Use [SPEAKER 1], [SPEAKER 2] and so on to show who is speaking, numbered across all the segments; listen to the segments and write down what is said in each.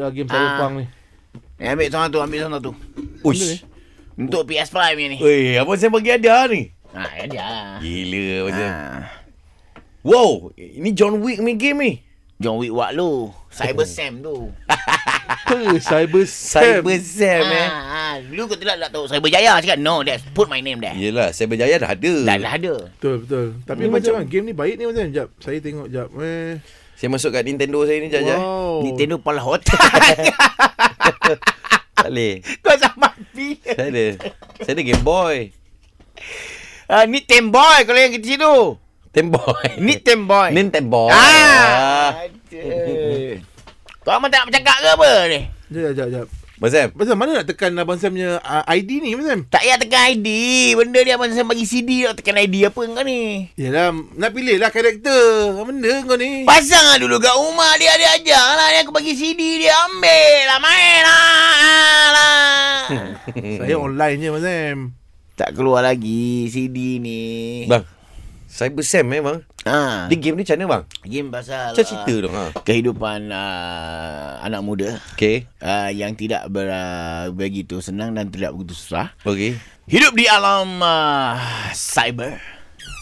[SPEAKER 1] lah game cyberpunk
[SPEAKER 2] Ah.
[SPEAKER 1] ni.
[SPEAKER 2] Eh, ambil seorang tu, ambil seorang tu.
[SPEAKER 3] Ush.
[SPEAKER 2] Untuk PS5 ni.
[SPEAKER 3] Oi, apa saya bagi hadiah ni?
[SPEAKER 2] Ha, ya dia lah.
[SPEAKER 3] Gila macam.
[SPEAKER 2] Ha.
[SPEAKER 3] Wow, ini John Wick main game ni.
[SPEAKER 2] John Wick Wak lu. Cyber Sam tu.
[SPEAKER 1] Apa Ha, cyber cyber
[SPEAKER 3] Cyber Sam
[SPEAKER 2] ha,
[SPEAKER 3] eh.
[SPEAKER 2] ha. Dulu kau tidak tak tahu Cyber Jaya cakap no, that's put my name there.
[SPEAKER 3] Yelah, Cyber Jaya dah ada.
[SPEAKER 2] Dah lah. dah ada.
[SPEAKER 1] Betul betul. Tapi
[SPEAKER 3] Ni
[SPEAKER 1] macam
[SPEAKER 3] macam-
[SPEAKER 1] mana game ni baik ni macam jap. Saya tengok jap. Eh.
[SPEAKER 3] Saya masuk kat Nintendo saya ni jap-jap.
[SPEAKER 1] Wow.
[SPEAKER 2] Nintendo Pala Hotel.
[SPEAKER 3] Tak boleh.
[SPEAKER 2] kau sama bila?
[SPEAKER 3] Saya ada. Saya ada Game Boy.
[SPEAKER 2] Ah, ni Temboy kalau yang kecil tu.
[SPEAKER 3] Game Boy.
[SPEAKER 2] Ni Temboy.
[SPEAKER 3] Nintendo.
[SPEAKER 2] Ah.
[SPEAKER 3] Ah.
[SPEAKER 2] Aduh. Kau amat tak nak bercakap ke apa ni?
[SPEAKER 1] Jap jap jap.
[SPEAKER 3] Mas Sam.
[SPEAKER 1] Macam mana nak tekan Abang Sam punya uh, ID ni Abang Sam?
[SPEAKER 2] Tak payah tekan ID. Benda ni abang Sam bagi CD nak tekan ID apa kau ni?
[SPEAKER 1] Yelah, nak pilih lah karakter. Apa benda kau ni?
[SPEAKER 2] Pasang lah dulu kat rumah dia dia ajar lah dia aku bagi CD dia ambil lah main lah, lah.
[SPEAKER 1] Saya online je Abang Sam.
[SPEAKER 2] tak keluar lagi CD ni.
[SPEAKER 3] Bang. Cyber Sam eh bang.
[SPEAKER 2] Ha.
[SPEAKER 3] Dia game ni macam mana bang?
[SPEAKER 2] Game pasal
[SPEAKER 3] Macam cerita
[SPEAKER 2] ah,
[SPEAKER 3] dong ha.
[SPEAKER 2] kehidupan uh, anak muda
[SPEAKER 3] Okay.
[SPEAKER 2] uh, yang tidak ber, uh, begitu senang dan tidak begitu susah.
[SPEAKER 3] Okay.
[SPEAKER 2] Hidup di alam uh, cyber.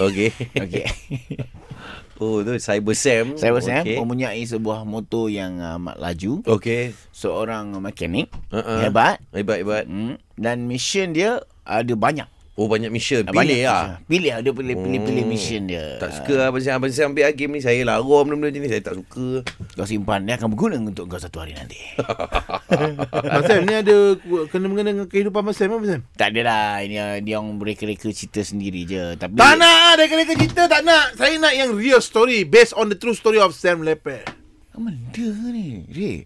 [SPEAKER 3] Okay.
[SPEAKER 2] Okey.
[SPEAKER 3] Oh tu Cyber Sam.
[SPEAKER 2] Cyber Sam
[SPEAKER 3] Okay.
[SPEAKER 2] mempunyai sebuah motor yang uh, amat laju,
[SPEAKER 3] Okay.
[SPEAKER 2] seorang mekanik
[SPEAKER 3] Uh-uh.
[SPEAKER 2] hebat
[SPEAKER 3] Hebat hebat.
[SPEAKER 2] Hmm. Dan mission dia ada banyak.
[SPEAKER 3] Oh banyak mission.
[SPEAKER 2] Ada
[SPEAKER 3] Pilih
[SPEAKER 2] banyak
[SPEAKER 3] lah.
[SPEAKER 2] mission. Pilih dia pilih pilih, pilih
[SPEAKER 3] Hmm.
[SPEAKER 2] mission Ah. dia.
[SPEAKER 3] Tak suka lah Abang Sam. Abang Sam ambil lah game ni. Saya larang benda-benda jenis. Saya tak suka.
[SPEAKER 2] Kau simpan dia akan berguna untuk kau satu hari nanti.
[SPEAKER 1] Abang Sam ni ada ku- kena-mengena dengan kehidupan Abang Sam Abang Sam?
[SPEAKER 2] tak adalah ini dia orang reka-reka cerita sendiri je. Tapi
[SPEAKER 1] Tak nak ah, ada kena cerita tak nak. Saya nak yang real story based on the true story of Sam Leper.
[SPEAKER 2] Apa dia ni? Re.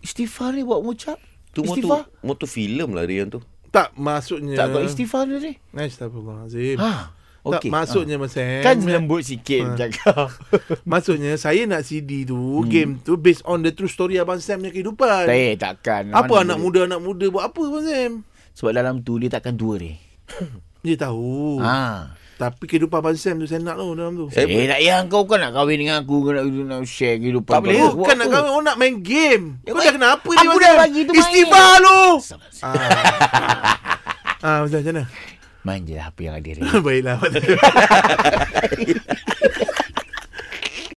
[SPEAKER 2] Istighfar ni buat mucap.
[SPEAKER 3] Tu motor,
[SPEAKER 2] istighfar.
[SPEAKER 3] motor filem lah Rian tu.
[SPEAKER 1] Tak Eh, maksudnya.
[SPEAKER 2] Tak kau istighfar dia ni.
[SPEAKER 1] Astagfirullahalazim.
[SPEAKER 2] Ha.
[SPEAKER 1] Okay. Tak
[SPEAKER 2] okey.
[SPEAKER 1] maksudnya Abang Sam.
[SPEAKER 2] Kan lembut sikit
[SPEAKER 1] Ha.
[SPEAKER 2] ha. cakap.
[SPEAKER 1] Maksudnya saya nak CD tu hmm. Game tu Based on the true story Abang Sam punya kehidupan
[SPEAKER 2] Eh takkan.
[SPEAKER 1] Apa
[SPEAKER 2] Mana
[SPEAKER 1] anak
[SPEAKER 2] boleh.
[SPEAKER 1] muda Anak muda buat apa Abang Sam
[SPEAKER 2] Sebab dalam tu dia takkan tua ni.
[SPEAKER 1] Dia tahu
[SPEAKER 2] Ha.
[SPEAKER 1] ha. Tapi kehidupan Abang Sam tu Saya nak tu dalam tu
[SPEAKER 3] Saya
[SPEAKER 2] Eh, tak payah kau kau nak kahwin dengan aku kau nak, nak share kehidupan
[SPEAKER 3] Tak
[SPEAKER 2] kau.
[SPEAKER 3] boleh.
[SPEAKER 2] Buat
[SPEAKER 1] Bukan nak
[SPEAKER 2] apa?
[SPEAKER 1] kahwin Orang nak main game
[SPEAKER 2] Ya,
[SPEAKER 1] Kau
[SPEAKER 2] baik.
[SPEAKER 1] dah kenapa ni
[SPEAKER 2] Aku
[SPEAKER 1] Abang
[SPEAKER 2] dah
[SPEAKER 1] Sam?
[SPEAKER 2] bagi tu main.
[SPEAKER 1] Istighfar lu
[SPEAKER 2] Sabar, sabar.
[SPEAKER 1] Ah, ah Abang Sam macam mana
[SPEAKER 2] Main je lah apa yang ada ni.
[SPEAKER 1] Baiklah Abang Sam.